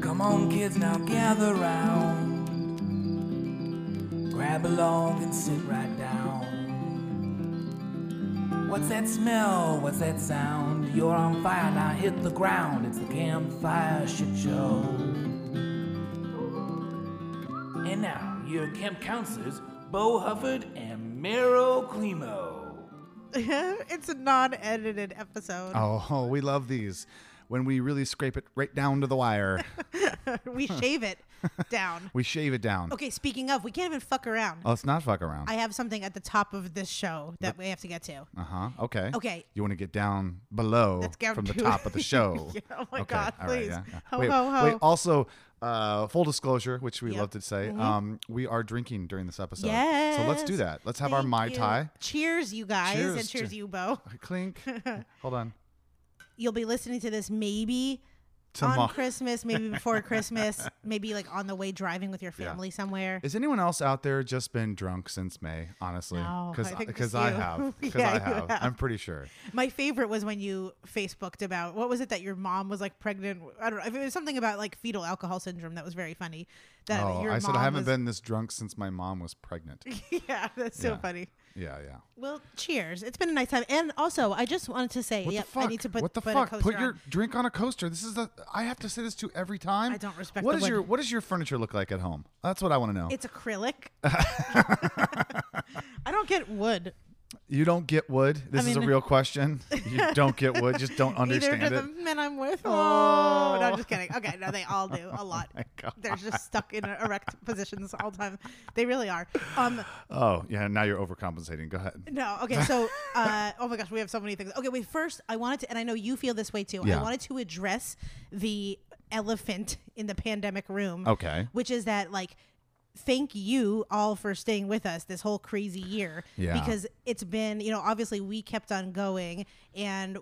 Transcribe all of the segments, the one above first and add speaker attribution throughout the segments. Speaker 1: Come on, kids, now gather round. Grab along and sit right down. What's that smell? What's that sound? You're on fire, now hit the ground. It's the campfire shit show. And now, your camp counselors, Bo Hufford and Meryl Climo.
Speaker 2: it's a non-edited episode.
Speaker 3: Oh, we love these when we really scrape it right down to the wire. Oh.
Speaker 2: we shave it down.
Speaker 3: we shave it down.
Speaker 2: Okay, speaking of, we can't even fuck around.
Speaker 3: Oh, Let's not fuck around.
Speaker 2: I have something at the top of this show that we have to get to.
Speaker 3: Uh huh. Okay.
Speaker 2: Okay.
Speaker 3: You want to get down below
Speaker 2: Let's get
Speaker 3: from the
Speaker 2: to
Speaker 3: top
Speaker 2: it.
Speaker 3: of the show.
Speaker 2: Yeah, oh my
Speaker 3: okay.
Speaker 2: God,
Speaker 3: all right,
Speaker 2: please.
Speaker 3: yeah, yeah.
Speaker 2: Ho,
Speaker 3: wait,
Speaker 2: ho, ho.
Speaker 3: wait. Also, uh, full disclosure, which we
Speaker 2: Yep. Mm-hmm.
Speaker 3: love to say, um, we are drinking during this episode. So let's do
Speaker 2: Yes.
Speaker 3: that. Let's have our
Speaker 2: Thank
Speaker 3: mai
Speaker 2: you.
Speaker 3: tai.
Speaker 2: Cheers, you guys, and
Speaker 3: Cheers to-
Speaker 2: cheers, you, Bo.
Speaker 3: Clink. Hold on.
Speaker 2: You'll be listening to this maybe
Speaker 3: Tomorrow.
Speaker 2: on Christmas, maybe before Christmas, maybe like on the way driving with your
Speaker 3: Yeah.
Speaker 2: family somewhere.
Speaker 3: Has anyone else out there just been drunk since May? Honestly,
Speaker 2: No, I think just
Speaker 3: I,
Speaker 2: you.
Speaker 3: have, because
Speaker 2: Yeah,
Speaker 3: I
Speaker 2: you
Speaker 3: have.
Speaker 2: have.
Speaker 3: I'm pretty sure.
Speaker 2: My favorite was when you Facebooked about what was it that your mom was like pregnant? I don't know. It was something about like fetal alcohol syndrome that was very funny. That
Speaker 3: oh,
Speaker 2: your
Speaker 3: I
Speaker 2: mom
Speaker 3: said I haven't
Speaker 2: was-
Speaker 3: been this drunk since my mom was pregnant.
Speaker 2: yeah, that's so
Speaker 3: Yeah.
Speaker 2: funny.
Speaker 3: Yeah, yeah.
Speaker 2: Well, cheers. It's been a nice time. And also, I just wanted to say,
Speaker 3: What
Speaker 2: yep,
Speaker 3: the fuck?
Speaker 2: I need to put,
Speaker 3: what the
Speaker 2: put a
Speaker 3: fuck?
Speaker 2: coaster
Speaker 3: put
Speaker 2: on.
Speaker 3: your drink on a coaster. This is the. I have to say this to you every time.
Speaker 2: I don't respect
Speaker 3: What
Speaker 2: the
Speaker 3: does your
Speaker 2: wood.
Speaker 3: What does your furniture look like at home? That's what I want to know.
Speaker 2: It's acrylic. I don't get wood.
Speaker 3: you don't get wood. This is a
Speaker 2: mean-
Speaker 3: real question. You don't get wood. Just don't understand
Speaker 2: Either to
Speaker 3: it.
Speaker 2: the men I'm with.
Speaker 3: Oh.
Speaker 2: Oh, no, I'm just kidding. Okay, no, they all do a lot.
Speaker 3: God.
Speaker 2: They're just stuck in erect positions all the time. They really are. Um,
Speaker 3: Oh yeah. Now you're overcompensating. Go ahead.
Speaker 2: no, okay. So, uh, oh my gosh, we have so many things. Okay, wait. First, I wanted to, and I know you feel this way too.
Speaker 3: Yeah.
Speaker 2: I wanted to address the elephant in the pandemic room.
Speaker 3: Okay.
Speaker 2: which is that like thank you all for staying with us this whole crazy year
Speaker 3: Yeah.
Speaker 2: because it's been you know obviously we kept on going and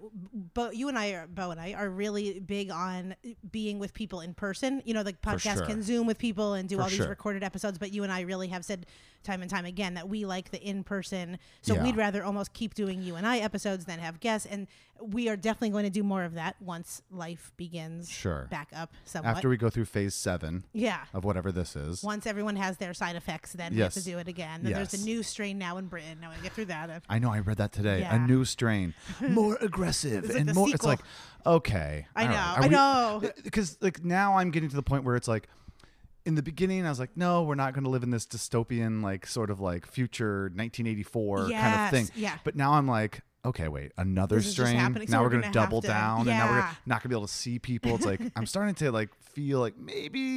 Speaker 2: but you and i are bo and i are really big on being with people in person you know the podcast
Speaker 3: sure.
Speaker 2: can zoom with people and do
Speaker 3: For
Speaker 2: all
Speaker 3: sure.
Speaker 2: these recorded episodes but you and i really have said time and time again that we like the in person so
Speaker 3: Yeah.
Speaker 2: we'd rather almost keep doing you and i episodes than have guests and we are definitely going to do more of that once life begins
Speaker 3: Sure.
Speaker 2: back up somewhat
Speaker 3: After we go through phase seven
Speaker 2: yeah
Speaker 3: of whatever this is.
Speaker 2: once everyone has their side effects, then we have to
Speaker 3: Yes.
Speaker 2: do it again. Then There's
Speaker 3: Yes.
Speaker 2: a new strain now in Britain. Now we get through that.
Speaker 3: I know. I read that today. A
Speaker 2: Yeah.
Speaker 3: new strain, more aggressive
Speaker 2: like
Speaker 3: and
Speaker 2: the
Speaker 3: more. It's
Speaker 2: sequel.
Speaker 3: like, okay.
Speaker 2: I
Speaker 3: all
Speaker 2: know, I know.
Speaker 3: Because like now I'm getting to the point where it's like, in the beginning I was like, no, we're not going to live in this dystopian like sort of like future 1984 kind of
Speaker 2: Yes,
Speaker 3: thing.
Speaker 2: yeah.
Speaker 3: But now I'm like. Okay, wait. Another
Speaker 2: This is just
Speaker 3: strain.
Speaker 2: happening, so
Speaker 3: now
Speaker 2: we're
Speaker 3: we're gonna,
Speaker 2: gonna have
Speaker 3: double
Speaker 2: to-
Speaker 3: down, and now we're
Speaker 2: Yeah.
Speaker 3: gonna, not gonna be able to see people. It's like I'm starting to like feel like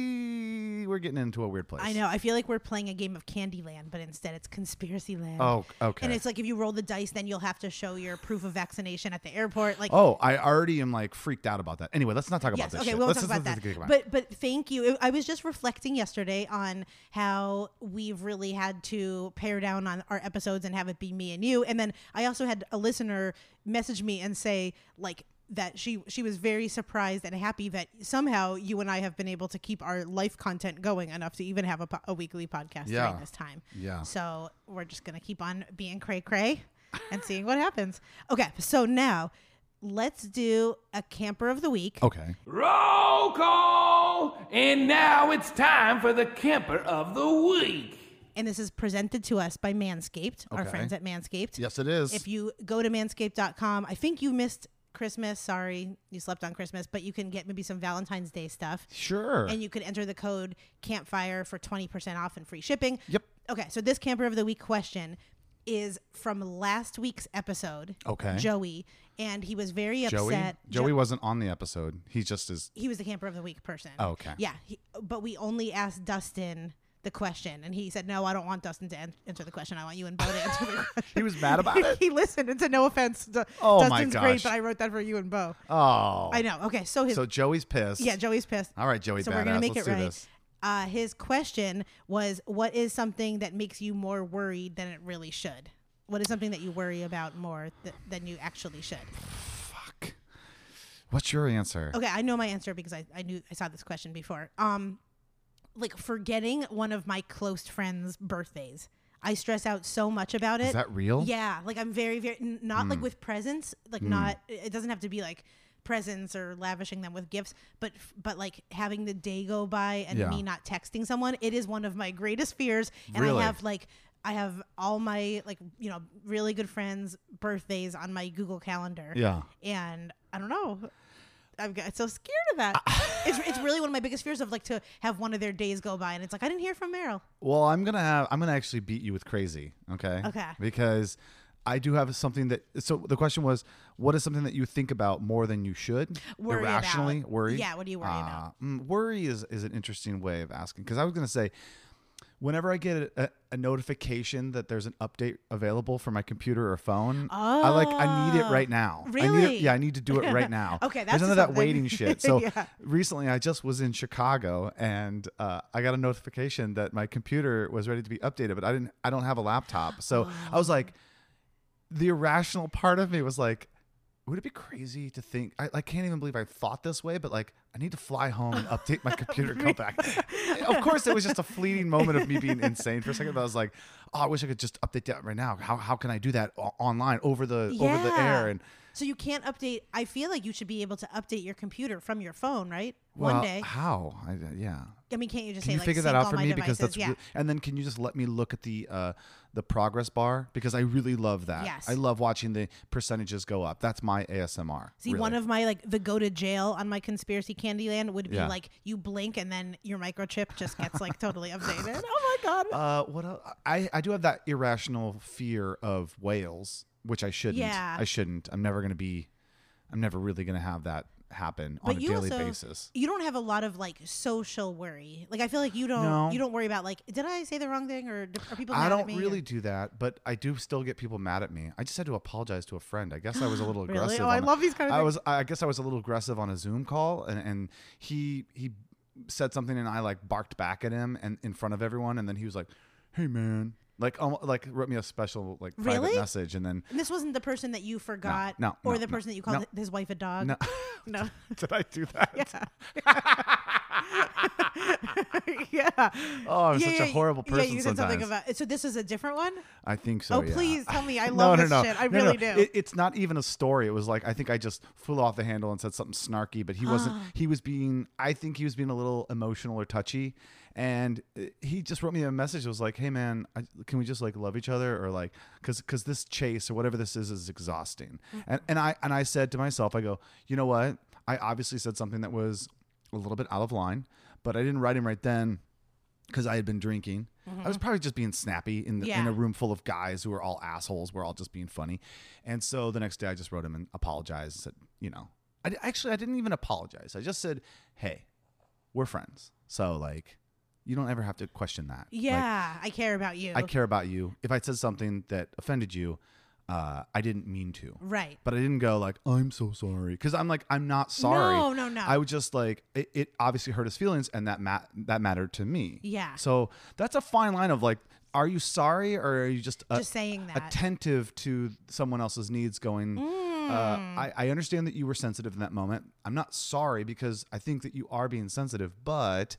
Speaker 3: maybe we're getting into a weird place.
Speaker 2: I know. I feel like we're playing a game of Candyland, but instead it's Conspiracy Land.
Speaker 3: Oh, okay.
Speaker 2: And it's like if you roll the dice, then you'll have to show your proof of vaccination at the airport. Like,
Speaker 3: Oh, I already am like freaked out about that. Anyway, let's not talk about
Speaker 2: yes,
Speaker 3: this.
Speaker 2: okay,
Speaker 3: shit.
Speaker 2: we won't
Speaker 3: let's
Speaker 2: talk
Speaker 3: just-
Speaker 2: about
Speaker 3: let's
Speaker 2: that.
Speaker 3: just get back.
Speaker 2: But but thank you. I was just reflecting yesterday on how we've really had to pare down on our episodes and have it be me and you. And then I also had a listener message me and say like that she she was very surprised and happy that somehow you and I have been able to keep our life content going enough to even have a, po- a weekly podcast
Speaker 3: Yeah.
Speaker 2: during this time.
Speaker 3: Yeah.
Speaker 2: So we're just gonna keep on being cray cray and seeing what happens. Okay, so now. Let's do a camper of the week.
Speaker 3: okay.
Speaker 1: Roll call! And now it's time for the camper of the week.
Speaker 2: and this is presented to us by Manscaped, our
Speaker 3: Okay.
Speaker 2: friends at Manscaped.
Speaker 3: Yes, it is.
Speaker 2: If you go to manscaped.com, I think you missed Christmas. Sorry, you slept on Christmas, but you can get maybe some Valentine's Day stuff.
Speaker 3: sure.
Speaker 2: And you could enter the code campfire for 20% off and free shipping.
Speaker 3: Yep.
Speaker 2: Okay, so this camper of the week question is from last week's episode.
Speaker 3: Okay.
Speaker 2: Joey, and he was very
Speaker 3: Joey.
Speaker 2: upset.
Speaker 3: Joey
Speaker 2: Jo-
Speaker 3: wasn't on the episode. He just is.
Speaker 2: he was the camper of the week person.
Speaker 3: Oh, okay.
Speaker 2: Yeah, he, but we only asked Dustin the question, and he said, "No, I don't want Dustin to an- answer the question. I want you and Bo to answer the question."
Speaker 3: He was mad about it.
Speaker 2: he listened, and to no offense, Du-
Speaker 3: Oh, my
Speaker 2: Dustin's great,
Speaker 3: gosh.
Speaker 2: but I wrote that for you and Bo.
Speaker 3: Oh.
Speaker 2: I know. Okay, so his
Speaker 3: So Joey's pissed.
Speaker 2: yeah, Joey's pissed.
Speaker 3: All right, Joey.
Speaker 2: so
Speaker 3: badass.
Speaker 2: we're gonna make
Speaker 3: let's
Speaker 2: it
Speaker 3: do
Speaker 2: right.
Speaker 3: this.
Speaker 2: Uh, his question was, "What is something that makes you more worried than it really should? What is something that you worry about more th- than you actually should?"
Speaker 3: Fuck. What's your answer?
Speaker 2: Okay, I know my answer because I, I knew I saw this question before. Um like forgetting one of my close friends' birthdays. I stress out so much about it.
Speaker 3: Is that real? Hmm.
Speaker 2: Yeah, like I'm very very n- not like with presents, like not it doesn't have to be like presents or lavishing them with gifts, but but like having the day go by and
Speaker 3: Yeah.
Speaker 2: me not texting someone, it is one of my greatest fears. And
Speaker 3: Really?
Speaker 2: I have like I have all my like you know really good friends' birthdays on my Google Calendar.
Speaker 3: Yeah.
Speaker 2: and I don't know. I've got so scared of that. it's, it's really one of my biggest fears of like to have one of their days go by and it's like I didn't hear from Meryl.
Speaker 3: Well, I'm gonna have I'm gonna actually beat you with crazy. Okay.
Speaker 2: Okay.
Speaker 3: Because I do have something that. So the question was, what is something that you think about more than you should?
Speaker 2: Worry about.
Speaker 3: Irrationally, worry.
Speaker 2: Yeah, what do you worry
Speaker 3: Ah, mm, worry is is an interesting way of asking because I was gonna say. Whenever I get a, a notification that there's an update available for my computer or phone, I like I need it right now. I need
Speaker 2: Ah, Really?
Speaker 3: it, yeah, I need to do it right now.
Speaker 2: Okay, that's
Speaker 3: there's none of that
Speaker 2: something.
Speaker 3: waiting shit. So
Speaker 2: Yeah.
Speaker 3: recently i just was in chicago and uh, i got a notification that my computer was ready to be updated but i didn't i don't have a laptop so i was like the irrational part of me was like would it be crazy to think I, I can't even believe i thought this way but like i need to fly home and update my computer and come back of course it was just a fleeting moment of me being insane for a second but i was like oh i wish i could just update that right now how, how can i do that o- online over the over the air and
Speaker 2: so you can't update. I feel like you should be able to update your computer from your phone, right?
Speaker 3: well,
Speaker 2: One day.
Speaker 3: how I, uh, yeah
Speaker 2: I mean, can't you just say
Speaker 3: Can you
Speaker 2: like
Speaker 3: figure that
Speaker 2: sync
Speaker 3: out
Speaker 2: all
Speaker 3: for
Speaker 2: my
Speaker 3: me because
Speaker 2: devices?
Speaker 3: that's
Speaker 2: yeah.
Speaker 3: re- and then can you just let me look at the uh the progress bar because I really love that.
Speaker 2: Yes.
Speaker 3: I love watching the percentages go up. That's my ASMR.
Speaker 2: See, one of my like the go to jail on my conspiracy Candyland would be
Speaker 3: Yeah.
Speaker 2: like you blink and then your microchip just gets like totally updated. Oh my god.
Speaker 3: uh what el- I I do have that irrational fear of whales, which I shouldn't.
Speaker 2: Yeah.
Speaker 3: I shouldn't. I'm never going to be I'm never really going to have that happen on a daily basis.
Speaker 2: you don't have a lot of like social worry. Like I feel like you don't
Speaker 3: No.
Speaker 2: you don't worry about like did I say the wrong thing or d- are people mad
Speaker 3: I
Speaker 2: at
Speaker 3: don't
Speaker 2: me or-
Speaker 3: really do that, but I do still get people mad at me. I just had to apologize to a friend. I guess I was a little
Speaker 2: Really?
Speaker 3: aggressive.
Speaker 2: Oh, I
Speaker 3: on a-
Speaker 2: love these kind of
Speaker 3: I
Speaker 2: things.
Speaker 3: was. I guess I was a little aggressive on a Zoom call, and, and he he said something, and I like barked back at him and in front of everyone, and then he was like, "Hey, man." Like, um, like wrote me a special like private
Speaker 2: Really?
Speaker 3: message, and then
Speaker 2: And this wasn't the person that you forgot
Speaker 3: no,
Speaker 2: or
Speaker 3: no,
Speaker 2: the
Speaker 3: no,
Speaker 2: person that you called
Speaker 3: no.
Speaker 2: his wife a dog.
Speaker 3: no,
Speaker 2: No.
Speaker 3: did I do that?
Speaker 2: yeah.
Speaker 3: Oh, I'm
Speaker 2: yeah,
Speaker 3: such
Speaker 2: yeah,
Speaker 3: a horrible
Speaker 2: yeah,
Speaker 3: person.
Speaker 2: you said
Speaker 3: sometimes.
Speaker 2: something about. So this is a different one.
Speaker 3: I think so.
Speaker 2: Oh,
Speaker 3: yeah.
Speaker 2: please tell me. I
Speaker 3: No,
Speaker 2: love
Speaker 3: no,
Speaker 2: this
Speaker 3: no.
Speaker 2: shit. I
Speaker 3: No, no,
Speaker 2: really
Speaker 3: no.
Speaker 2: do.
Speaker 3: It- it's not even a story. It was like I think I just flew off the handle and said something snarky, but he wasn't.
Speaker 2: Ah.
Speaker 3: He was being. I think he was being a little emotional or touchy, and uh, he just wrote me a message. that was like, "Hey man, I, can we just like love each other or like because because this chase or whatever this is is exhausting."
Speaker 2: Mm.
Speaker 3: And and I and I said to myself, I go, you know what? I obviously said something that was a little bit out of line, but I didn't write him right then because I had been drinking. I was probably just being snappy in, the, in
Speaker 2: Mm-hmm. Yeah.
Speaker 3: a room full of guys who were all assholes. We're all just being funny. And so the next day I just wrote him and apologized and said, you know, I di- actually, I didn't even apologize. I just said, hey, we're friends. So like, you don't ever have to question that. Like,
Speaker 2: yeah, I care about you.
Speaker 3: I care about you. If I said something that offended you, uh, I didn't mean to.
Speaker 2: right.
Speaker 3: But I didn't go like, I'm so sorry. Because I'm like, I'm not sorry.
Speaker 2: No, no, no.
Speaker 3: I would just like, it, it obviously hurt his feelings and that, ma- that mattered to me.
Speaker 2: Yeah.
Speaker 3: So that's a fine line of like, are you sorry or are you just, uh,
Speaker 2: Just saying that.
Speaker 3: attentive to someone else's needs going, uh,
Speaker 2: Mm.
Speaker 3: I, I understand that you were sensitive in that moment. I'm not sorry because I think that you are being sensitive, but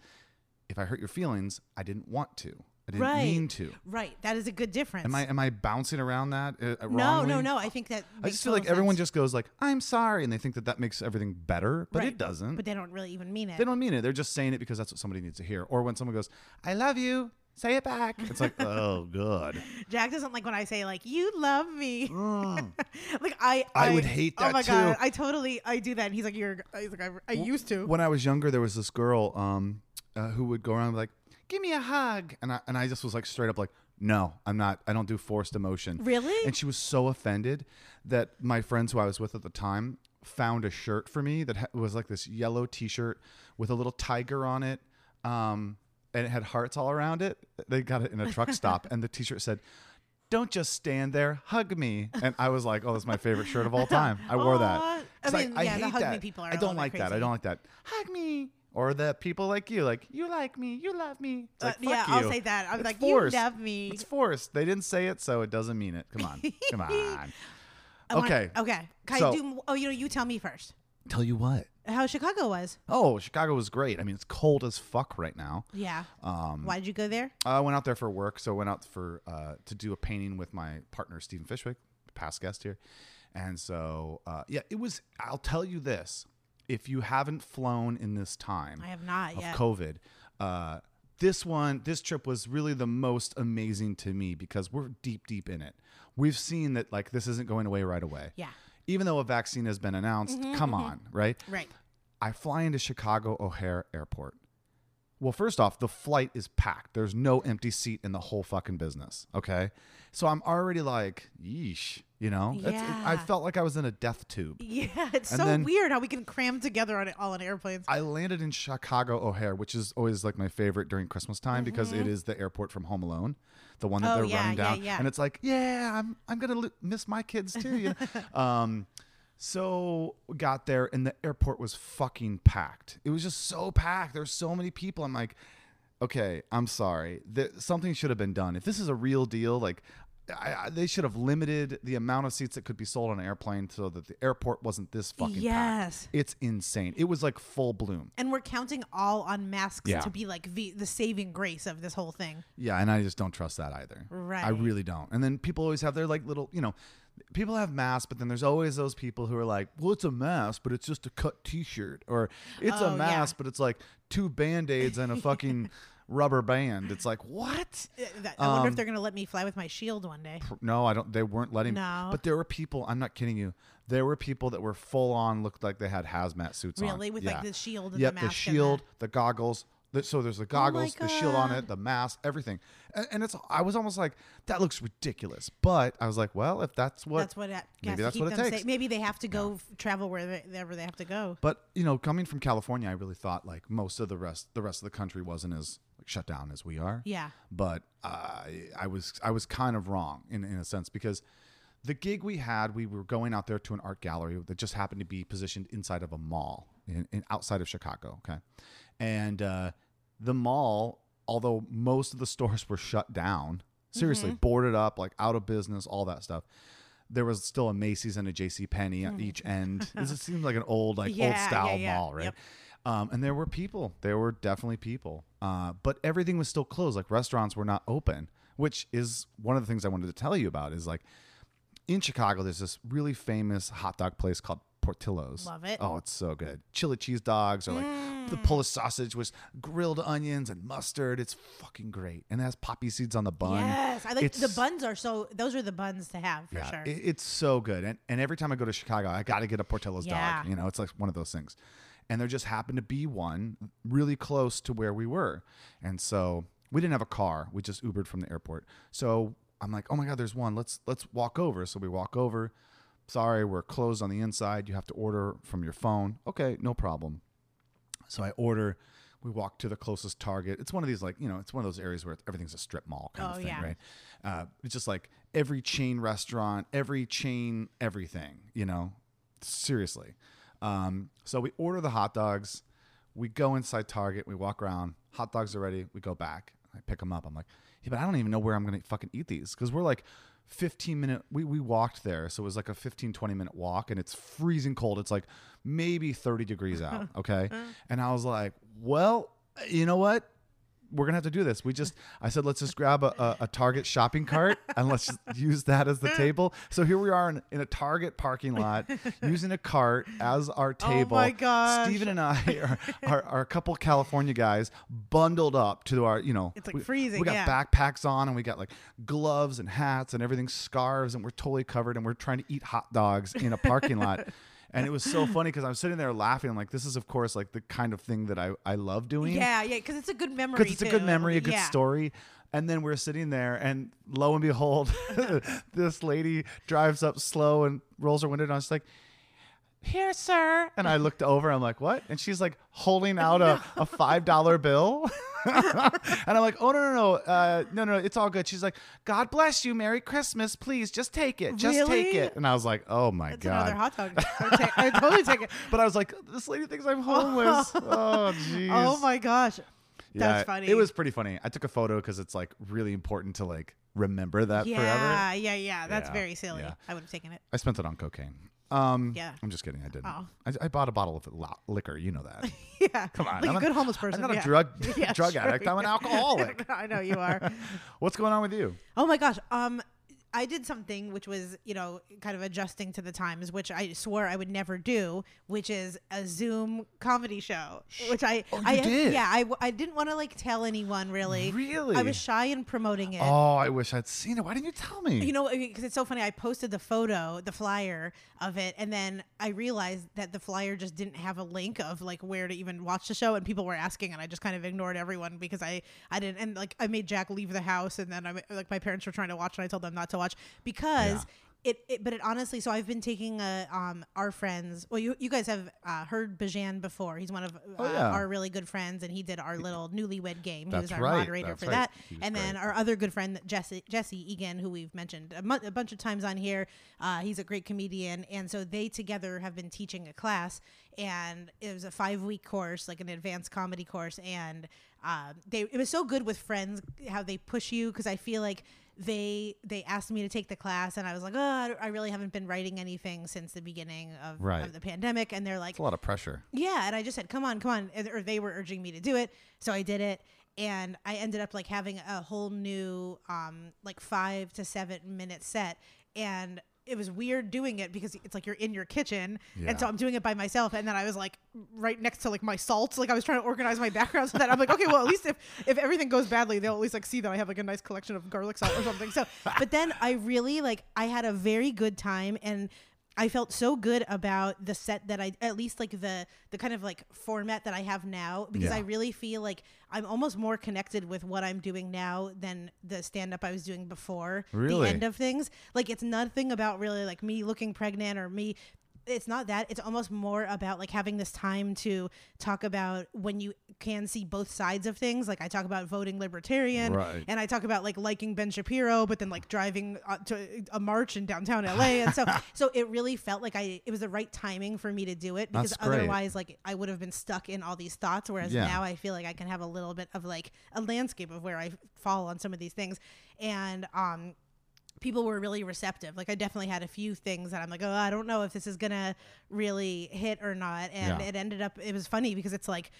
Speaker 3: if I hurt your feelings, I didn't want to. I didn't
Speaker 2: Right.
Speaker 3: mean to.
Speaker 2: right. That is a good difference.
Speaker 3: Am I am I bouncing around that
Speaker 2: no,
Speaker 3: uh, wrongly?
Speaker 2: no, no. I think that.
Speaker 3: I
Speaker 2: makes
Speaker 3: just feel like
Speaker 2: total
Speaker 3: everyone
Speaker 2: sense.
Speaker 3: just goes like, "I'm sorry," and they think that that makes everything better, but
Speaker 2: Right.
Speaker 3: it doesn't.
Speaker 2: But they don't really even mean it.
Speaker 3: they don't mean it. They're just saying it because that's what somebody needs to hear. Or when someone goes, "I love you," say it back. It's like, oh, good.
Speaker 2: Jack doesn't like when I say like you love me. like I,
Speaker 3: Mm. I would hate
Speaker 2: Oh
Speaker 3: that
Speaker 2: my god,
Speaker 3: too.
Speaker 2: I totally I do that. And he's like you're. He's like I, I used to.
Speaker 3: When I was younger, there was this girl um, uh, who would go around and be like, "Give me a hug," and I and I just was like straight up like, "No, I'm not. I don't do forced emotion."
Speaker 2: Really?
Speaker 3: And she was so offended that my friends who I was with at the time found a shirt for me that ha- was like this yellow T-shirt with a little tiger on it. Um, and it had hearts all around it. They got it in a truck stop, and the T-shirt said, "Don't just stand there, hug me." And I was like, "Oh, that's my favorite shirt of all time. I wore
Speaker 2: Aw.
Speaker 3: that."
Speaker 2: I
Speaker 3: 'Cause
Speaker 2: mean, yeah, the hug me people are a
Speaker 3: I
Speaker 2: little
Speaker 3: don't
Speaker 2: bit
Speaker 3: like that. I
Speaker 2: crazy.
Speaker 3: don't like that. Hug me. Or the people like you, like you like me, you love me. It's
Speaker 2: Uh,
Speaker 3: like, fuck
Speaker 2: yeah, I'll
Speaker 3: you.
Speaker 2: say that. I'm
Speaker 3: It's
Speaker 2: like, you
Speaker 3: forced.
Speaker 2: love me.
Speaker 3: It's forced. They didn't say it, so it doesn't mean it. Come on, come on. Okay,
Speaker 2: Wanna, okay. Can
Speaker 3: So-
Speaker 2: I do? Oh, you know, you tell me first.
Speaker 3: Tell you what.
Speaker 2: How Chicago was?
Speaker 3: Oh, Chicago was great. I mean, it's cold as fuck right now.
Speaker 2: Yeah. Um, Why did you go there?
Speaker 3: I went out there for work, so I went out for uh, to do a painting with my partner Stephen Fishwick, past guest here, And so, uh, yeah, it was. I'll tell you this: if you haven't flown in this time,
Speaker 2: I have not
Speaker 3: of
Speaker 2: yet.
Speaker 3: COVID, uh, this one, this trip was really the most amazing to me because we're deep, deep in it. We've seen that like this isn't going away right away.
Speaker 2: Yeah. Mm-hmm,
Speaker 3: Even though a vaccine has been announced, come on, right?
Speaker 2: Right.
Speaker 3: I fly into Chicago O'Hare Airport. Well, first off, the flight is packed. There's no empty seat in the whole fucking business. Okay. So I'm already like, yeesh, you know? That's- it- I
Speaker 2: Yeah.
Speaker 3: felt like I was in a death tube.
Speaker 2: Yeah, it's
Speaker 3: And
Speaker 2: so
Speaker 3: then-
Speaker 2: weird how we can cram together on it all on airplanes.
Speaker 3: I landed in Chicago O'Hare, which is always like my favorite during Christmas time because it is the airport from Home Alone, the one that
Speaker 2: Mm-hmm. Oh,
Speaker 3: they're
Speaker 2: yeah,
Speaker 3: running
Speaker 2: yeah,
Speaker 3: down,
Speaker 2: yeah.
Speaker 3: and it's like, yeah, I'm I'm gonna lo- miss my kids too. You know? um, so got there and the airport was fucking packed. It was just so packed. There's so many people. I'm like, okay, I'm sorry. Th- something should have been done. If this is a real deal, like. I, I, they should have limited the amount of seats that could be sold on an airplane so that the airport wasn't this fucking
Speaker 2: Yes.
Speaker 3: packed. It's insane. It was like full bloom.
Speaker 2: and we're counting all on masks
Speaker 3: Yeah.
Speaker 2: to be like the, the saving grace of this whole thing.
Speaker 3: Yeah, and I just don't trust that either. I
Speaker 2: Right.
Speaker 3: really don't. And then people always have their like little, you know, people have masks, but then there's always those people who are like, "Well, it's a mask, but it's just a cut T-shirt," or "It's
Speaker 2: Oh,
Speaker 3: a
Speaker 2: yeah.
Speaker 3: mask, but it's like two band aids and a fucking rubber band." It's like what?
Speaker 2: Uh, that- I wonder
Speaker 3: Um,
Speaker 2: if they're going to let me fly with my shield one day.
Speaker 3: No, I don't. They weren't letting.
Speaker 2: No.
Speaker 3: But there were people. I'm not kidding you. There were people that were full on looked like they had hazmat suits on.
Speaker 2: Really? With, like, the shield and the
Speaker 3: yep,
Speaker 2: mask and the-
Speaker 3: shield, the goggles. The, so there's the goggles, the shield on
Speaker 2: God.
Speaker 3: it, the mask, everything. And, and it's. I was almost like that looks ridiculous, but I was like, well, if that's what
Speaker 2: That's what it,
Speaker 3: maybe
Speaker 2: has to
Speaker 3: that's
Speaker 2: keep
Speaker 3: what it
Speaker 2: them
Speaker 3: takes.
Speaker 2: safe. Maybe they have to go f- travel wherever they have to go.
Speaker 3: But you know, coming from California, I really thought like most of the rest the rest of the country wasn't as like, shut down as we are.
Speaker 2: Yeah.
Speaker 3: But uh, I- I was I was kind of wrong in in a sense because the gig we had, we were going out there to an art gallery that just happened to be positioned inside of a mall in, in outside of Chicago. Okay, and uh, the mall, although most of the stores were shut down, seriously
Speaker 2: Mm-hmm.
Speaker 3: boarded up, like out of business, all that stuff. There was still a Macy's and a J.C. Penney at each end. This just seems like an old, like
Speaker 2: Mm. Yeah,
Speaker 3: old style
Speaker 2: yeah, yeah.
Speaker 3: mall, right?
Speaker 2: Yep.
Speaker 3: Um, and there were people. There were definitely people. Uh, but everything was still closed. Like restaurants were not open, which is one of the things I wanted to tell you about. Is like in Chicago, there's this really famous hot dog place called Portillo's.
Speaker 2: Love it. Mm.
Speaker 3: Oh, it's so good. Chili cheese dogs or like the Polish sausage with grilled onions and mustard. It's fucking great. And it has poppy seeds on the bun.
Speaker 2: Yes, I like the
Speaker 3: It's-
Speaker 2: buns are so. Those are the buns to have for
Speaker 3: yeah,
Speaker 2: sure.
Speaker 3: it- it's so good. And, and every time I go to Chicago, I got to get a Portillo's
Speaker 2: Yeah.
Speaker 3: dog. You know, it's like one of those things. And there just happened to be one really close to where we were. And so we didn't have a car. We just Ubered from the airport. So I'm like, oh my God, there's one. Let's let's walk over. So we walk over. Sorry, we're closed on the inside. You have to order from your phone. Okay, no problem. So I order. We walk to the closest Target. It's one of these like you know, it's one of those areas where everything's a strip mall kind
Speaker 2: Oh,
Speaker 3: of thing,
Speaker 2: yeah.
Speaker 3: right? Uh, it's just like every chain restaurant, every chain everything. You know, seriously. Um, so we order the hot dogs. We go inside Target. We walk around. Hot dogs are ready. We go back. I pick them up. I'm like, yeah, but I don't even know where I'm gonna fucking eat these because we're like. 15 minute we, we walked there so it was like a 15 20 minute walk and it's freezing cold it's like maybe 30 degrees out okay and i was like well you know what we're gonna have to do this. We just, I said, let's just grab a, a, a Target shopping cart and let's just use that as the table. So here we are in, in a Target parking lot using a cart as our table.
Speaker 2: my gosh.
Speaker 3: Steven and I are, are, are a couple California guys bundled up to our, you know,
Speaker 2: It's like
Speaker 3: we-
Speaker 2: freezing,
Speaker 3: We got
Speaker 2: yeah.
Speaker 3: backpacks on and we got like gloves and hats and everything, scarves, and we're totally covered and we're trying to eat hot dogs in a parking lot. And it was so funny because I'm sitting there laughing. I'm like, this is, of course, like the kind of thing that I, I love doing
Speaker 2: yeah, yeah, because it's a good memory.
Speaker 3: because it's a good
Speaker 2: too.
Speaker 3: memory, a good
Speaker 2: Yeah.
Speaker 3: story. And then we're sitting there, and lo and behold, this lady drives up slow and rolls her window down. She's like, "Here, sir." And I looked over. I'm like, "What?" And she's like holding out a, a five dollar bill. and I'm like, "Oh no, no, no, uh, no, no, it's all good." She's like, "God bless you, Merry Christmas. Please, just take it, just take
Speaker 2: Really?
Speaker 3: it." And I was like, "Oh my
Speaker 2: That's
Speaker 3: god."
Speaker 2: another hot dog. I would take- I would totally take it.
Speaker 3: but I was like, "This lady thinks I'm homeless." oh jeez.
Speaker 2: Oh my gosh, that's funny.
Speaker 3: It was pretty funny. I took a photo because it's like really important to like remember that
Speaker 2: Yeah,
Speaker 3: forever.
Speaker 2: yeah, yeah. That's
Speaker 3: Yeah,
Speaker 2: very silly.
Speaker 3: yeah.
Speaker 2: I would have taken it.
Speaker 3: I spent it on cocaine. Um,
Speaker 2: Yeah.
Speaker 3: I'm just kidding. I didn't.
Speaker 2: Oh.
Speaker 3: I, I bought a bottle of lo- liquor. You know that.
Speaker 2: Yeah,
Speaker 3: Come on.
Speaker 2: like
Speaker 3: I'm
Speaker 2: a
Speaker 3: not-
Speaker 2: good homeless person.
Speaker 3: I'm not
Speaker 2: yeah.
Speaker 3: a drug
Speaker 2: Yeah,
Speaker 3: drug
Speaker 2: sure.
Speaker 3: addict. I'm an alcoholic.
Speaker 2: I know you are.
Speaker 3: What's going on with you?
Speaker 2: Oh my gosh. Um, I did something which was, you know, kind of adjusting to the times, which I swore I would never do, which is a Zoom comedy show. Which I,
Speaker 3: Oh, you
Speaker 2: I
Speaker 3: did?
Speaker 2: yeah, I, w- I didn't want to like tell anyone really. I
Speaker 3: Really?
Speaker 2: was shy in promoting it.
Speaker 3: Oh, I wish I'd seen it. Why didn't you tell me?
Speaker 2: You know, because it's so funny. I posted the photo, the flyer of it, and then I realized that the flyer just didn't have a link of like where to even watch the show, and people were asking, and I just kind of ignored everyone because I I didn't, and like I made Jack leave the house, and then I like my parents were trying to watch, and I told them not to watch because. It, it, but it honestly, so I've been taking a, um, our friends. Well, you, you guys have uh, heard Bajan before. He's one of uh,
Speaker 3: Oh, yeah.
Speaker 2: our really good friends, and he did our little newlywed game. he was
Speaker 3: That's
Speaker 2: our
Speaker 3: right,
Speaker 2: moderator
Speaker 3: that's
Speaker 2: for
Speaker 3: right.
Speaker 2: that.
Speaker 3: He was
Speaker 2: And then
Speaker 3: great.
Speaker 2: our other good friend Jesse Jesse Egan, who we've mentioned a, mu- a bunch of times on here. Uh, he's a great comedian, and so they together have been teaching a class, and it was a five week course, like an advanced comedy course, and um, they it was so good with friends how they push you because I feel like they they asked me to take the class and I was like oh I I really haven't been writing anything since the beginning of,
Speaker 3: Right.
Speaker 2: of the pandemic and they're like
Speaker 3: it's a lot of pressure.
Speaker 2: yeah, and I just said, "Come on, come on," and- or they were urging me to do it, so I did it, and I ended up like having a whole new um like 5 to 7 minute set and it was weird doing it because it's like you're in your kitchen and so
Speaker 3: Yeah.
Speaker 2: I'm doing it by myself and then I was like right next to like my salt like I was trying to organize my background so that I'm like okay well at least if if everything goes badly they'll at least like see that I have like a nice collection of garlic salt or something so but then I really like I had a very good time and I felt so good about the set that I at least like the the kind of like format that I have now because I
Speaker 3: Yeah.
Speaker 2: really feel like I'm almost more connected with what I'm doing now than the stand up I was doing before the
Speaker 3: Really?
Speaker 2: end of things. Like it's nothing about really like me looking pregnant or me it's not that it's almost more about like having this time to talk about when you can see both sides of things like i talk about voting libertarian
Speaker 3: Right.
Speaker 2: and I talk about like liking Ben Shapiro, but then like driving uh, to a march in downtown LA, and so so it really felt like I it was the right timing for me to do it because
Speaker 3: That's great.
Speaker 2: otherwise like I would have been stuck in all these thoughts. Whereas
Speaker 3: Yeah.
Speaker 2: now I feel like I can have a little bit of like a landscape of where I fall on some of these things, and um people were really receptive. Like I definitely had a few things that I'm like, oh, I don't know if this is gonna really hit or not. And
Speaker 3: Yeah.
Speaker 2: it ended up it was funny because it's like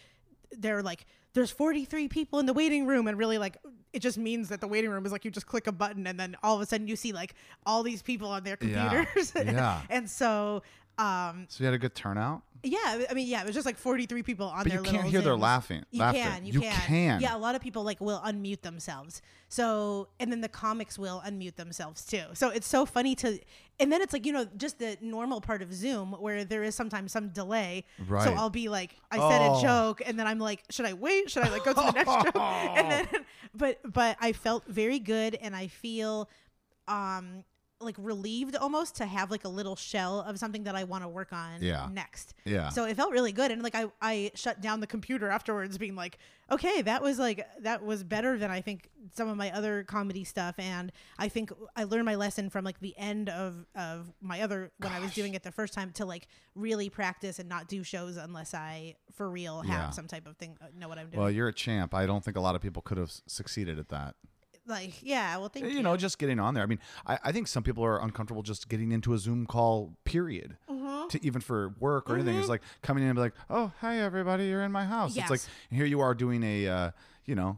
Speaker 2: they're like there's 43 people in the waiting room and really like it just means that the waiting room is like you just click a button and then all of a sudden you see like all these people on their
Speaker 3: Yeah.
Speaker 2: computers
Speaker 3: Yeah.
Speaker 2: and so um
Speaker 3: So you had a good turnout?
Speaker 2: yeah i mean yeah it was just like 43 people on
Speaker 3: But
Speaker 2: their
Speaker 3: you can't
Speaker 2: little
Speaker 3: hear their
Speaker 2: Zooms.
Speaker 3: laughing.
Speaker 2: You
Speaker 3: laughter.
Speaker 2: can, you, can. Yeah, a lot of people like will unmute themselves. So, and then the comics will unmute themselves too. So it's so funny to, and then it's like you know just the normal part of Zoom where there is sometimes some delay. So
Speaker 3: Right.
Speaker 2: I'll be like, I said a
Speaker 3: Oh.
Speaker 2: joke, and then I'm like, should I wait? Should I like go to the next joke? And then, but but I felt very good, and I feel um like relieved almost to have like a little shell of something that I want to work on
Speaker 3: Yeah.
Speaker 2: next.
Speaker 3: Yeah.
Speaker 2: So it felt really good. And like I, I shut down the computer afterwards being like, okay, that was like that was better than I think some of my other comedy stuff. And I think I learned my lesson from like the end of, of my other when I was doing it the first time to like really practice and not do shows unless I for real have
Speaker 3: Yeah.
Speaker 2: some type of thing uh, know what I'm doing.
Speaker 3: Well, you're a champ. I don't think a lot of people could have s- succeeded at that.
Speaker 2: like, yeah, well thank
Speaker 3: you know, just getting on there. I mean, I, I think some people are uncomfortable just getting into a Zoom call, period,
Speaker 2: Mm-hmm.
Speaker 3: to even for work or anything. It's like coming in and be like, "Oh, hi everybody, you're in my house." It's like
Speaker 2: Yes.
Speaker 3: here you are doing a, uh, you know,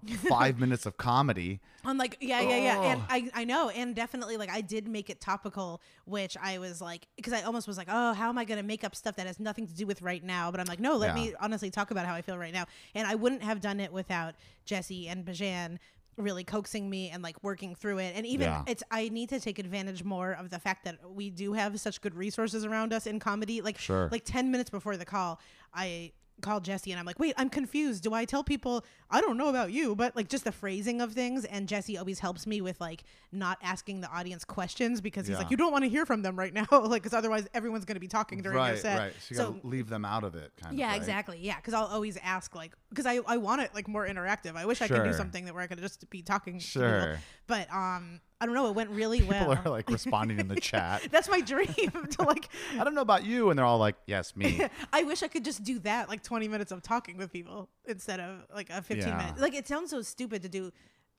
Speaker 3: five minutes of comedy.
Speaker 2: I'm like, yeah, yeah, yeah. And
Speaker 3: Oh.
Speaker 2: I, I know. And definitely, like, I did make it topical, which I was like, because I almost was like, oh, how am I going to make up stuff that has nothing to do with right now? But I'm like, no, let
Speaker 3: Yeah.
Speaker 2: me honestly talk about how I feel right now. And I wouldn't have done it without Jesse and Bajan really coaxing me and like working through it. And even
Speaker 3: Yeah.
Speaker 2: it's, I need to take advantage more of the fact that we do have such good resources around us in comedy. Like,
Speaker 3: Sure.
Speaker 2: like 10 minutes before the call, I called Jesse and I'm like, wait, I'm confused. Do I tell people, I don't know about you, but like just the phrasing of things. And Jesse always helps me with like not asking the audience questions because he's
Speaker 3: Yeah.
Speaker 2: like, you don't want to hear from them right now. like, because otherwise everyone's going to be talking during your
Speaker 3: Right,
Speaker 2: set.
Speaker 3: right. So you gotta leave them out of it, kind of.
Speaker 2: Yeah,
Speaker 3: right?
Speaker 2: exactly. Yeah, because I'll always ask, like, because I, I want it like more interactive. I wish I could do
Speaker 3: Sure.
Speaker 2: something that where I could just be talking. to people.
Speaker 3: Sure.
Speaker 2: but um, I don't know. It went really
Speaker 3: People
Speaker 2: well.
Speaker 3: are like responding in the chat.
Speaker 2: That's my dream to like.
Speaker 3: I don't know about you, and they're all like, "Yes, me."
Speaker 2: I wish I could just do that, like 20 minutes of talking with people instead of like a 15
Speaker 3: Yeah.
Speaker 2: minute. Like it sounds so stupid to do.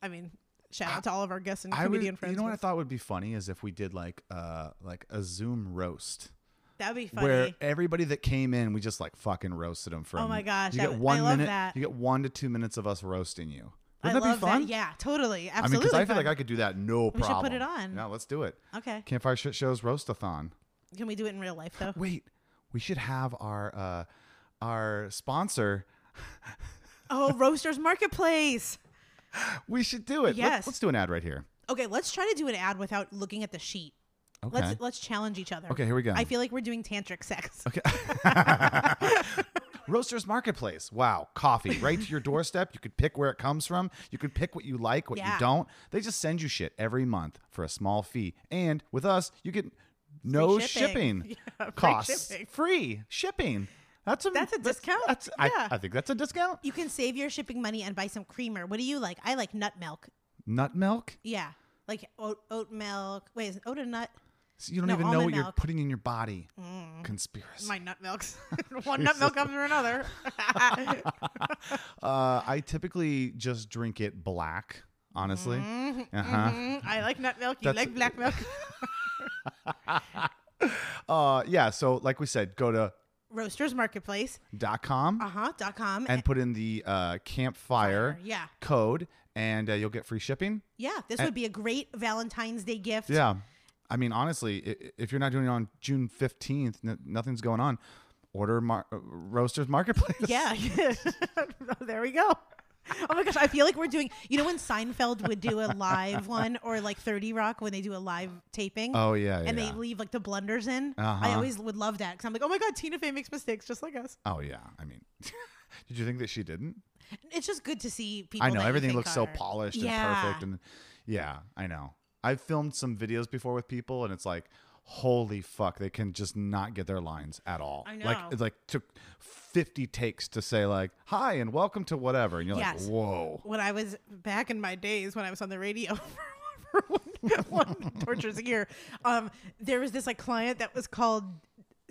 Speaker 2: I mean, shout out to all of our guests and
Speaker 3: I would,
Speaker 2: comedian
Speaker 3: you
Speaker 2: friends.
Speaker 3: know what I
Speaker 2: but
Speaker 3: thought would be funny is if we did like uh like a Zoom roast.
Speaker 2: That'd be
Speaker 3: where
Speaker 2: funny.
Speaker 3: everybody that came in, we just like fucking roasted them for.
Speaker 2: Oh
Speaker 3: a
Speaker 2: my
Speaker 3: mi-
Speaker 2: gosh,
Speaker 3: you
Speaker 2: that
Speaker 3: get
Speaker 2: would- I
Speaker 3: one
Speaker 2: love
Speaker 3: minute,
Speaker 2: that.
Speaker 3: you get one to two minutes of us roasting you.
Speaker 2: I
Speaker 3: Wouldn't that be
Speaker 2: love
Speaker 3: fun?
Speaker 2: that. Yeah, totally.
Speaker 3: I mean,
Speaker 2: Absolutely.
Speaker 3: because I feel
Speaker 2: fun.
Speaker 3: like I could do that no
Speaker 2: should
Speaker 3: problem.
Speaker 2: put it on.
Speaker 3: Yeah, let's do it.
Speaker 2: Okay.
Speaker 3: Campfire Shit Show's Roastathon.
Speaker 2: Can we do it in real life though?
Speaker 3: Wait, we should have our uh, our sponsor.
Speaker 2: Oh, Roasters Marketplace.
Speaker 3: We should do it. Let-
Speaker 2: Yes.
Speaker 3: let's do an ad right here.
Speaker 2: Okay, let's try to do an ad without looking at the sheet.
Speaker 3: Okay.
Speaker 2: Let's let's challenge each other.
Speaker 3: Okay, here we go.
Speaker 2: I feel like we're doing tantric sex.
Speaker 3: Okay. Roasters Marketplace. Wow. Coffee right to your doorstep. You could pick where it comes from. You could pick what you like, what
Speaker 2: Yeah.
Speaker 3: you don't. They just send you shit every month for a small fee. And with us, you get no
Speaker 2: shipping.
Speaker 3: shipping,
Speaker 2: Yeah, free
Speaker 3: costs.
Speaker 2: shipping.
Speaker 3: Free shipping. That's a,
Speaker 2: That's a discount.
Speaker 3: That's,
Speaker 2: Yeah.
Speaker 3: I, I think that's a discount.
Speaker 2: You can save your shipping money and buy some creamer. What do you like? I like nut milk.
Speaker 3: Nut milk?
Speaker 2: Yeah. Like oat, oat milk. Wait, is it oat or nut?
Speaker 3: So you don't
Speaker 2: No,
Speaker 3: even know
Speaker 2: almond
Speaker 3: what you're
Speaker 2: milk. Mm.
Speaker 3: putting in your body. Conspiracy.
Speaker 2: My nut milks. One nut milk after another.
Speaker 3: Uh-huh. uh, I typically just drink it black, honestly. Uh-huh.
Speaker 2: Mm, I like nut milk. You
Speaker 3: That's-
Speaker 2: like black milk.
Speaker 3: Uh, yeah. So, like we said, go to
Speaker 2: Roasters Marketplace.
Speaker 3: dot com
Speaker 2: Uh huh. Dot com.
Speaker 3: and put in the uh, campfire
Speaker 2: yeah.
Speaker 3: code, and uh, you'll get free shipping.
Speaker 2: Yeah. This
Speaker 3: and-
Speaker 2: would be a great Valentine's Day gift.
Speaker 3: Yeah. I mean, honestly, i- i- if you're not doing it on June 15th, n- nothing's going on. Order Mar- uh, Roasters Marketplace.
Speaker 2: Yeah. there we go. Oh my gosh, I feel like we're doing. You know when Seinfeld would do a live one, or like Thirty Rock when they do a live taping.
Speaker 3: Oh, yeah.
Speaker 2: and
Speaker 3: yeah.
Speaker 2: they leave like the blunders in. I
Speaker 3: Uh-huh.
Speaker 2: always would love that because I'm like, oh my god, Tina Fey makes mistakes just like us.
Speaker 3: oh, yeah. I mean, did you think that she didn't?
Speaker 2: It's just good to see people.
Speaker 3: I know
Speaker 2: that you
Speaker 3: everything
Speaker 2: think
Speaker 3: looks so
Speaker 2: are-
Speaker 3: polished
Speaker 2: Yeah.
Speaker 3: and perfect, and yeah, I know. I've filmed some videos before with people, and it's like, holy fuck, they can just not get their lines at all.
Speaker 2: I
Speaker 3: Like,
Speaker 2: know.
Speaker 3: it like took fifty takes to say like, "Hi and welcome to whatever," and you're
Speaker 2: Yes.
Speaker 3: like, "Whoa."
Speaker 2: when I was back in my days when I was on the radio for one, one tortures a year, um, there was this like client that was called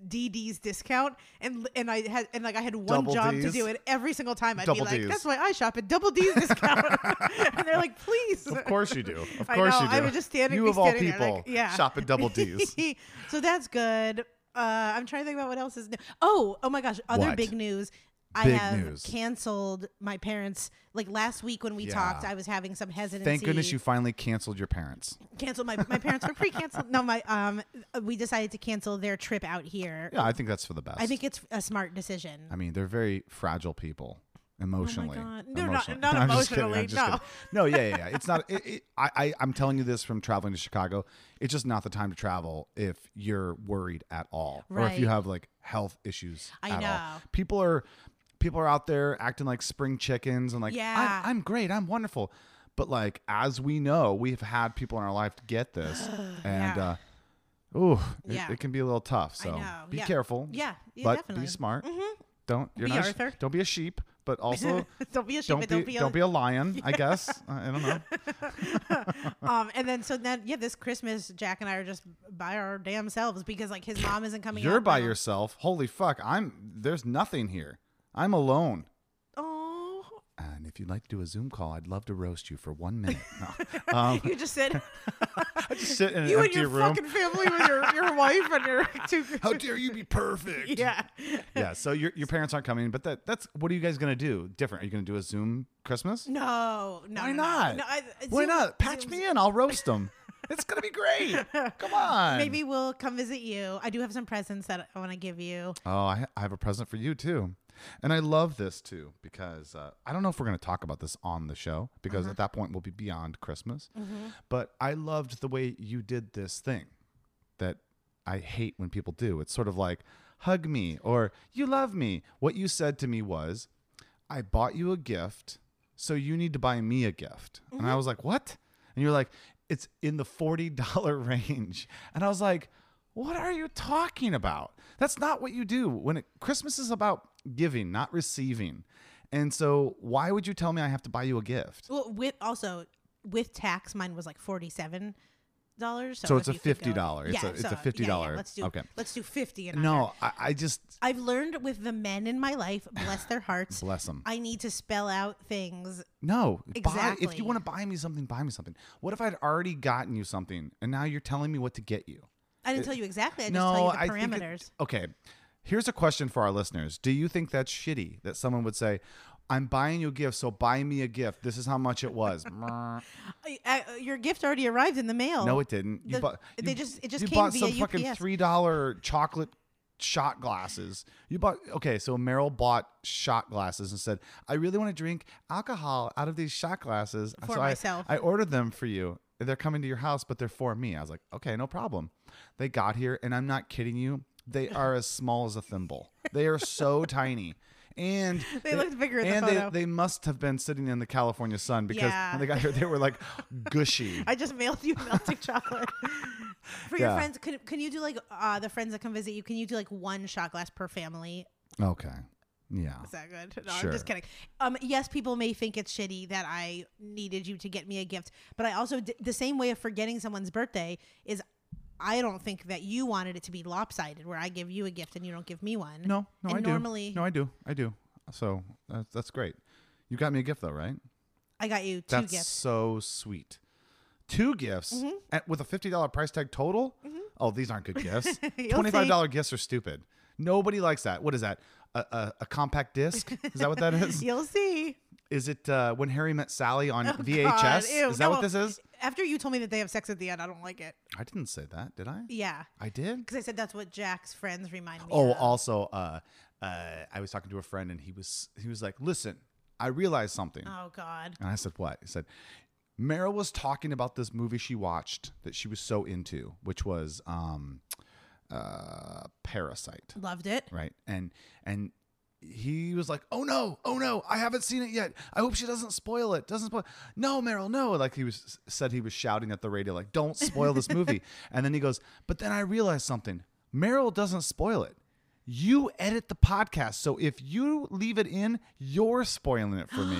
Speaker 2: DD's discount and and I had and like I had one
Speaker 3: Double
Speaker 2: job to
Speaker 3: D's?
Speaker 2: do it every single time I'd be
Speaker 3: Double
Speaker 2: like
Speaker 3: D's.
Speaker 2: that's why I shop at Double D's discount and they're like please
Speaker 3: Of course you do. Of
Speaker 2: I
Speaker 3: course
Speaker 2: know,
Speaker 3: you do.
Speaker 2: I was just standing.
Speaker 3: You
Speaker 2: be
Speaker 3: of all
Speaker 2: standing
Speaker 3: people,
Speaker 2: there, like, yeah.
Speaker 3: shop at Double D's.
Speaker 2: so that's good. Uh, I'm trying to think about what else is new. Oh, oh my gosh! Other
Speaker 3: What?
Speaker 2: big news. I
Speaker 3: Big
Speaker 2: have
Speaker 3: news.
Speaker 2: canceled my parents. Like last week when we talked,
Speaker 3: Yeah.
Speaker 2: I was having some hesitancy.
Speaker 3: Thank goodness you finally canceled your parents.
Speaker 2: canceled my my parents were pre-canceled. No, my um, we decided to cancel their trip out here.
Speaker 3: Yeah, I think that's for the best.
Speaker 2: I think it's a smart decision.
Speaker 3: I mean, they're very fragile people emotionally.
Speaker 2: Oh God. They're not-
Speaker 3: Emotionally.
Speaker 2: not
Speaker 3: I'm just kidding,
Speaker 2: emotionally,
Speaker 3: I'm just
Speaker 2: no.
Speaker 3: kidding. No, yeah, yeah, yeah. It's not. It, it, I, I, I'm telling you this from traveling to Chicago. It's just not the time to travel if you're worried at all, or if you
Speaker 2: Right.
Speaker 3: have like health issues.
Speaker 2: I
Speaker 3: at
Speaker 2: know.
Speaker 3: All. People are, people are out there acting like spring chickens and like,
Speaker 2: Yeah.
Speaker 3: I'm, I'm great, I'm wonderful. But like, as we know, we've had people in our life get this, and
Speaker 2: Yeah.
Speaker 3: uh, ooh, it,
Speaker 2: Yeah.
Speaker 3: it can be a little tough. So
Speaker 2: know,
Speaker 3: be
Speaker 2: yeah.
Speaker 3: careful.
Speaker 2: Yeah, yeah,
Speaker 3: but
Speaker 2: definitely. Mm-hmm.
Speaker 3: be smart. Don't you're
Speaker 2: Be
Speaker 3: not a sh-
Speaker 2: Arthur.
Speaker 3: don't be a sheep, but also
Speaker 2: don't be a sheep.
Speaker 3: don't,
Speaker 2: and
Speaker 3: be, don't be a lion. I guess I I don't know.
Speaker 2: um, and then so then yeah, this Christmas Jack and I are just by our damn selves because like his mom isn't coming.
Speaker 3: You're
Speaker 2: out
Speaker 3: by
Speaker 2: now.
Speaker 3: yourself. Holy fuck! I'm there's nothing here. I'm alone.
Speaker 2: Oh,
Speaker 3: And if you'd like to do a Zoom call, I'd love to roast you for one minute. No.
Speaker 2: you just said
Speaker 3: I just sit in an
Speaker 2: you and
Speaker 3: empty
Speaker 2: your
Speaker 3: room.
Speaker 2: fucking family with your, your wife and your two.
Speaker 3: How dare you be perfect?
Speaker 2: yeah.
Speaker 3: Yeah. So your your parents aren't coming, but that that's what are you guys gonna do? Different? Are you gonna do a Zoom Christmas?
Speaker 2: No, no.
Speaker 3: Why
Speaker 2: no, no.
Speaker 3: not?
Speaker 2: No, I-
Speaker 3: Why
Speaker 2: Zoom-
Speaker 3: not? Patch
Speaker 2: Zoom's-
Speaker 3: me in. I'll roast them. it's gonna be great. Come on.
Speaker 2: Maybe we'll come visit you. I do have some presents that I want to give you.
Speaker 3: Oh, I, I have a present for you too. And I love this too because uh, I don't know if we're going to talk about this on the show because at that point we'll be beyond Christmas. But I loved the way you did this thing that I hate when people do. It's sort of like, hug me or you love me. What you said to me was, I bought you a gift, so you need to buy me a gift. And
Speaker 2: Mm-hmm.
Speaker 3: I was like, what? And you're like, it's in the $40 range. And I was like, what are you talking about? That's not what you do. When it, Christmas is about giving, not receiving. And so why would you tell me I have to buy you a gift?
Speaker 2: Well, with also with tax, mine was like forty-seven dollars.
Speaker 3: So it's
Speaker 2: if
Speaker 3: a
Speaker 2: you could go-
Speaker 3: $50. It's a- it's a
Speaker 2: yeah, yeah,
Speaker 3: $50.
Speaker 2: let's do
Speaker 3: Okay.
Speaker 2: Let's do fifty. And
Speaker 3: No, I, I just
Speaker 2: I've learned with the men in my life, bless their hearts.
Speaker 3: bless them.
Speaker 2: I need to spell out things.
Speaker 3: No, buy, if
Speaker 2: Exactly.
Speaker 3: you want to buy me something, buy me something. What if I'd already gotten you something and now you're telling me what to get you?
Speaker 2: I didn't tell you exactly. I just
Speaker 3: Uh, no,
Speaker 2: tell you the
Speaker 3: I think it-
Speaker 2: parameters.
Speaker 3: okay, here's a question for our listeners: Do you think that's shitty that someone would say, I'm buying you a gift, so buy me a gift. This is how much it was.
Speaker 2: I- I- your gift already arrived in the mail.
Speaker 3: no, it didn't. You
Speaker 2: The-
Speaker 3: bought,
Speaker 2: they
Speaker 3: you-
Speaker 2: just- it just
Speaker 3: you
Speaker 2: came
Speaker 3: bought
Speaker 2: via
Speaker 3: some fucking
Speaker 2: UPS.
Speaker 3: three dollar chocolate shot glasses. You bought okay, so Meryl bought shot glasses and said, "I really want to drink alcohol out of these shot glasses
Speaker 2: For
Speaker 3: I-
Speaker 2: myself.
Speaker 3: I ordered them for you. They're coming to your house, but they're for me." I was like, "Okay, no problem." They got here, and I'm not kidding you. They are as small as a thimble. They are so tiny. And
Speaker 2: They looked bigger in the
Speaker 3: and
Speaker 2: photo.
Speaker 3: They, they must have been sitting in the California sun because
Speaker 2: Yeah.
Speaker 3: when they got here, they were like gushy.
Speaker 2: I just mailed you melting chocolate. For your
Speaker 3: Yeah.
Speaker 2: friends, can, can you do like uh, the friends that come visit you? Can you do like one shot glass per family?
Speaker 3: Okay. Yeah.
Speaker 2: Is that good? No, I'm
Speaker 3: Sure.
Speaker 2: just kidding. Um, yes, people may think it's shitty that I needed you to get me a gift, but I also d- the same way of forgetting someone's birthday is I don't think that you wanted it to be lopsided, where I give you a gift and you don't give me one.
Speaker 3: No, no,
Speaker 2: and
Speaker 3: I do.
Speaker 2: normally
Speaker 3: no, I do. I do. So that's, that's great. You got me a gift though, right?
Speaker 2: I got you two
Speaker 3: that's
Speaker 2: gifts. Mm-hmm.
Speaker 3: so sweet. Two gifts at, with a fifty dollar price tag total. Oh, these aren't good gifts.
Speaker 2: You'll
Speaker 3: Twenty five dollar gifts are stupid. Nobody likes that. What is that? A, a, a compact disc? Is that what that is?
Speaker 2: You'll see.
Speaker 3: Is it uh, when Harry met Sally on VHS?
Speaker 2: Oh, God,
Speaker 3: is
Speaker 2: ew,
Speaker 3: that what
Speaker 2: no.
Speaker 3: this is?
Speaker 2: After you told me that they have sex at the end, I don't like it.
Speaker 3: I didn't say that, did I?
Speaker 2: Yeah,
Speaker 3: I did.
Speaker 2: because I said that's what Jack's friends remind me.
Speaker 3: Oh,
Speaker 2: of.
Speaker 3: also, uh, uh, I was talking to a friend and he was he was like, "Listen, I realized something."
Speaker 2: oh God.
Speaker 3: And I said, "What?" He said, "Meryl was talking about this movie she watched that she was so into, which was um, uh, Parasite,
Speaker 2: Loved it.
Speaker 3: right?" And and he was like, "Oh no, oh no, I haven't seen it yet. I hope she doesn't spoil it. Doesn't spoil. No, Meryl, no." Like he was said he was shouting at the radio, like, "Don't spoil this movie." and then he goes, "But then I realized something. Meryl doesn't spoil it." You edit the podcast, so if you leave it in, you're spoiling it for me.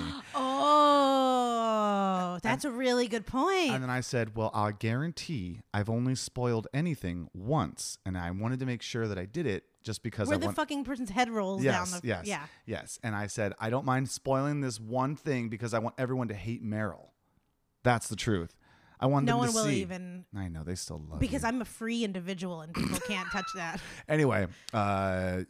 Speaker 2: Oh, that's a really good point.
Speaker 3: And then I said, Well, I guarantee I've only spoiled anything once. And I wanted to make sure that I did it just because
Speaker 2: where
Speaker 3: I
Speaker 2: the
Speaker 3: want-
Speaker 2: fucking person's head rolls
Speaker 3: Yes,
Speaker 2: down the
Speaker 3: yes,
Speaker 2: yeah
Speaker 3: yes. And I said, I don't mind spoiling this one thing because I want everyone to hate Meryl. That's the truth. I want
Speaker 2: no
Speaker 3: them
Speaker 2: one
Speaker 3: to
Speaker 2: will
Speaker 3: see.
Speaker 2: even
Speaker 3: I know they still love
Speaker 2: because
Speaker 3: you.
Speaker 2: i'm a free individual and people can't touch that
Speaker 3: anyway, uh,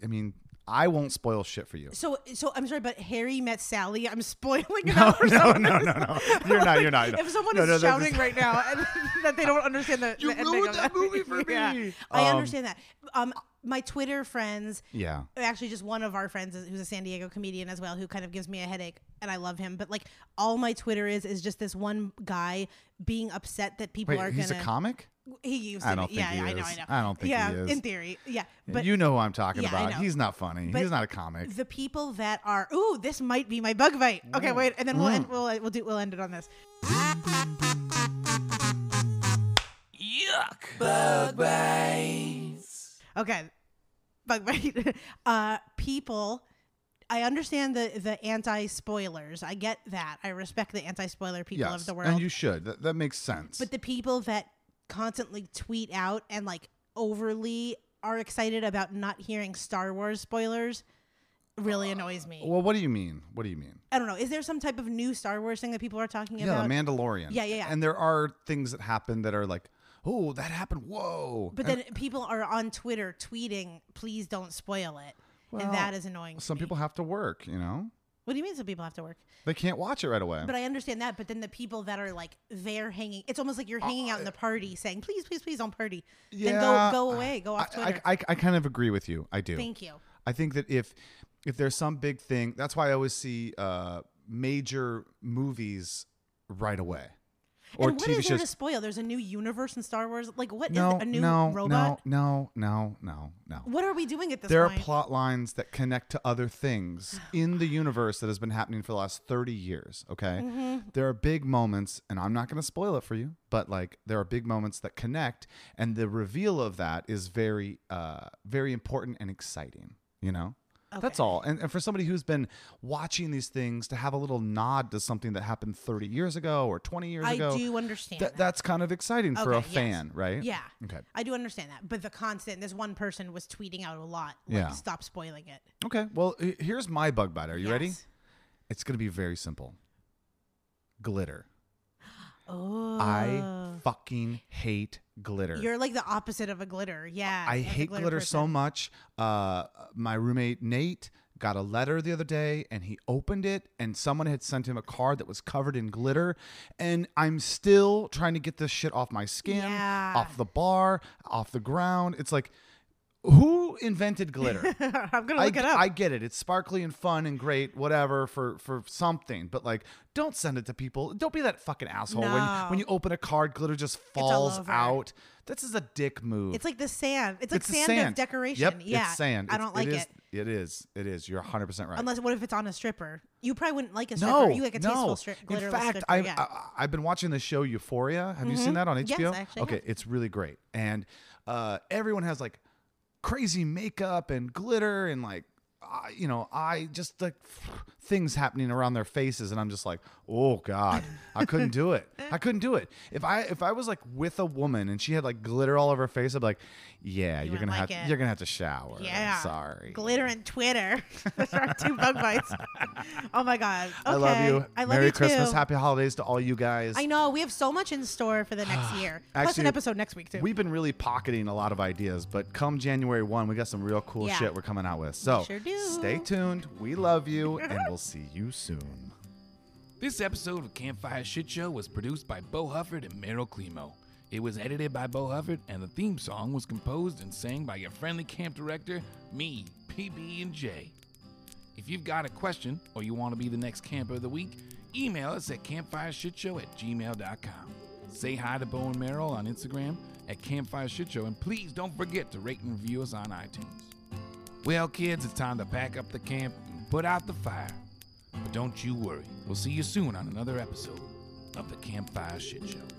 Speaker 3: I mean, I won't spoil shit for you.
Speaker 2: so so i'm sorry but harry met sally i'm spoiling it
Speaker 3: No,
Speaker 2: out for
Speaker 3: no,
Speaker 2: someone
Speaker 3: no,
Speaker 2: who's-
Speaker 3: no, no. You're not. You're not.
Speaker 2: if someone
Speaker 3: No, no,
Speaker 2: is
Speaker 3: that's-
Speaker 2: shouting right now and that they don't understand the,
Speaker 3: You
Speaker 2: the ending
Speaker 3: ruined
Speaker 2: of
Speaker 3: that movie for
Speaker 2: Yeah.
Speaker 3: me.
Speaker 2: i
Speaker 3: Um,
Speaker 2: understand that um my twitter friends
Speaker 3: Yeah.
Speaker 2: actually just one of our friends is- who's a San Diego comedian as well who kind of gives me a headache and I love him but like all my Twitter is is just this one guy being upset that people
Speaker 3: Wait,
Speaker 2: are
Speaker 3: he's
Speaker 2: gonna
Speaker 3: a comic.
Speaker 2: he used
Speaker 3: I
Speaker 2: to
Speaker 3: don't
Speaker 2: be.
Speaker 3: think
Speaker 2: yeah
Speaker 3: he
Speaker 2: yeah, I know I
Speaker 3: is.
Speaker 2: know
Speaker 3: I don't think
Speaker 2: yeah
Speaker 3: he is.
Speaker 2: in theory yeah but
Speaker 3: you know who I'm talking
Speaker 2: Yeah, I
Speaker 3: about.
Speaker 2: know.
Speaker 3: He's not funny.
Speaker 2: But
Speaker 3: He's not a comic.
Speaker 2: the people that are ooh this might be my bug bite
Speaker 3: Mm.
Speaker 2: okay wait and then we'll end, we'll we'll do we'll end it on this
Speaker 1: Yuck! Bug bites.
Speaker 2: okay bug bite uh people I understand the the anti spoilers I get that I respect the anti spoiler people
Speaker 3: yes,
Speaker 2: of the world
Speaker 3: and you should. That, that makes sense.
Speaker 2: But the people that constantly tweet out and like overly are excited about not hearing Star Wars spoilers really annoys me.
Speaker 3: well, what do you mean? What do you mean?
Speaker 2: I don't know. Is there some type of new Star Wars thing that people are talking
Speaker 3: yeah,
Speaker 2: about?
Speaker 3: the Mandalorian.
Speaker 2: Yeah, yeah, yeah.
Speaker 3: And there are things that happen that are like, oh, that happened. Whoa.
Speaker 2: but
Speaker 3: And
Speaker 2: then people are on Twitter tweeting, "Please don't spoil it,"
Speaker 3: Well,
Speaker 2: and that is annoying. to
Speaker 3: some
Speaker 2: me.
Speaker 3: people have to work. You know,
Speaker 2: What do you mean? Some people have to work.
Speaker 3: they can't watch it right away.
Speaker 2: But uh, I understand that. But then the people that are like there hanging, it's almost like you're hanging out in the party saying, "Please, please, please don't party." Then
Speaker 3: Yeah.
Speaker 2: go, go away. Go off
Speaker 3: I,
Speaker 2: Twitter.
Speaker 3: I, I, I kind of agree with you. I do.
Speaker 2: Thank you.
Speaker 3: I think that if if there's some big thing, that's why I always see uh, major movies right away or
Speaker 2: and what is
Speaker 3: TV
Speaker 2: there
Speaker 3: shows.
Speaker 2: to spoil? There's a new universe in Star Wars. Like, what is
Speaker 3: no,
Speaker 2: a new
Speaker 3: no,
Speaker 2: robot?
Speaker 3: no, no, no, no, no.
Speaker 2: What are we doing at this
Speaker 3: There are
Speaker 2: point?
Speaker 3: plot lines that connect to other things in the universe that has been happening for the last 30 years, okay?
Speaker 2: Mm-hmm.
Speaker 3: There are big moments, and I'm not going to spoil it for you, but like there are big moments that connect, and the reveal of that is very, uh, very important and exciting, you know? That's all. And, and for somebody who's been watching these things to have a little nod to something that happened 30 years ago or 20 years
Speaker 2: I
Speaker 3: ago,
Speaker 2: do understand.
Speaker 3: that-
Speaker 2: that.
Speaker 3: that's kind of exciting for
Speaker 2: Okay, yes.
Speaker 3: a fan, right?
Speaker 2: yeah.
Speaker 3: Okay.
Speaker 2: I do understand that. But the constant, this one person was tweeting out a lot. Like,
Speaker 3: Yeah.
Speaker 2: Stop spoiling it.
Speaker 3: Okay. Well, h- here's my bug bite. Are you ready?
Speaker 2: Yes.
Speaker 3: It's going to be very simple. Glitter.
Speaker 2: Oh.
Speaker 3: I fucking hate glitter.
Speaker 2: You're like the opposite of a glitter. Yeah.
Speaker 3: I
Speaker 2: like a
Speaker 3: hate glitter so
Speaker 2: person.
Speaker 3: much. Uh, my roommate Nate got a letter the other day and he opened it and someone had sent him a card that was covered in glitter and I'm still trying to get this shit off my skin,
Speaker 2: Yeah.
Speaker 3: off the bar, off the ground. It's like who invented glitter?
Speaker 2: I'm gonna
Speaker 3: I,
Speaker 2: look it up.
Speaker 3: I get it. It's sparkly and fun and great, whatever for for something. But like, don't send it to people. Don't be that fucking asshole
Speaker 2: No.
Speaker 3: when when you open a card, glitter just
Speaker 2: all
Speaker 3: falls
Speaker 2: over.
Speaker 3: out. This is a dick move.
Speaker 2: it's like the sand. It's like
Speaker 3: It's the
Speaker 2: sand, of decoration.
Speaker 3: Yep,
Speaker 2: yeah,
Speaker 3: it's sand.
Speaker 2: I
Speaker 3: It's-
Speaker 2: don't like it.
Speaker 3: is- It is. It is. You're 100 percent right.
Speaker 2: Unless what if it's on a stripper? You probably wouldn't like a stripper.
Speaker 3: no,
Speaker 2: you like a
Speaker 3: no.
Speaker 2: tasteful strip,
Speaker 3: In
Speaker 2: glitterless
Speaker 3: fact,
Speaker 2: stripper.
Speaker 3: I,
Speaker 2: yeah. Mm-hmm.
Speaker 3: I I've uh, been watching the show Euphoria. Have you seen that on
Speaker 2: Yes,
Speaker 3: HBO?
Speaker 2: I actually
Speaker 3: okay,
Speaker 2: have.
Speaker 3: it's really great, and uh, everyone has like crazy makeup and glitter and like. Uh, you know, I just like things happening around their faces, and I'm just like, oh god, I couldn't do it. I couldn't do it. If I if I was like with a woman and she had like glitter all over her face, I'd be like, yeah, you are
Speaker 2: wouldn't
Speaker 3: gonna
Speaker 2: like
Speaker 3: have
Speaker 2: it.
Speaker 3: you're gonna have to shower.
Speaker 2: yeah.
Speaker 3: sorry.
Speaker 2: Glitter and Twitter. Those are our two bug bites. Oh my god. Okay.
Speaker 3: I love you.
Speaker 2: I love
Speaker 3: Merry
Speaker 2: you
Speaker 3: Christmas.
Speaker 2: too.
Speaker 3: Happy holidays to all you guys.
Speaker 2: I know we have so much in store for the next year. Plus an
Speaker 3: Actually,
Speaker 2: episode next week too.
Speaker 3: We've been really pocketing a lot of ideas, but come January 1, we got some real cool
Speaker 2: Yeah.
Speaker 3: shit we're coming out with. So
Speaker 2: sure do.
Speaker 3: stay tuned. We love you, and we'll see you soon.
Speaker 1: This episode of Campfire Shit Show was produced by Bo Hufford and Meryl Climo. It was edited by Bo Hufford, and the theme song was composed and sang by your friendly camp director, me, PB and J. If you've got a question or you want to be the next camper of the week, email us at campfireshitshow at gmail.com. Say hi to Bo and Meryl on Instagram at Campfire Shit Show, and please don't forget to rate and review us on iTunes. Well, kids, it's time to pack up the camp and put out the fire. But don't you worry, we'll see you soon on another episode of the Campfire Shit Show.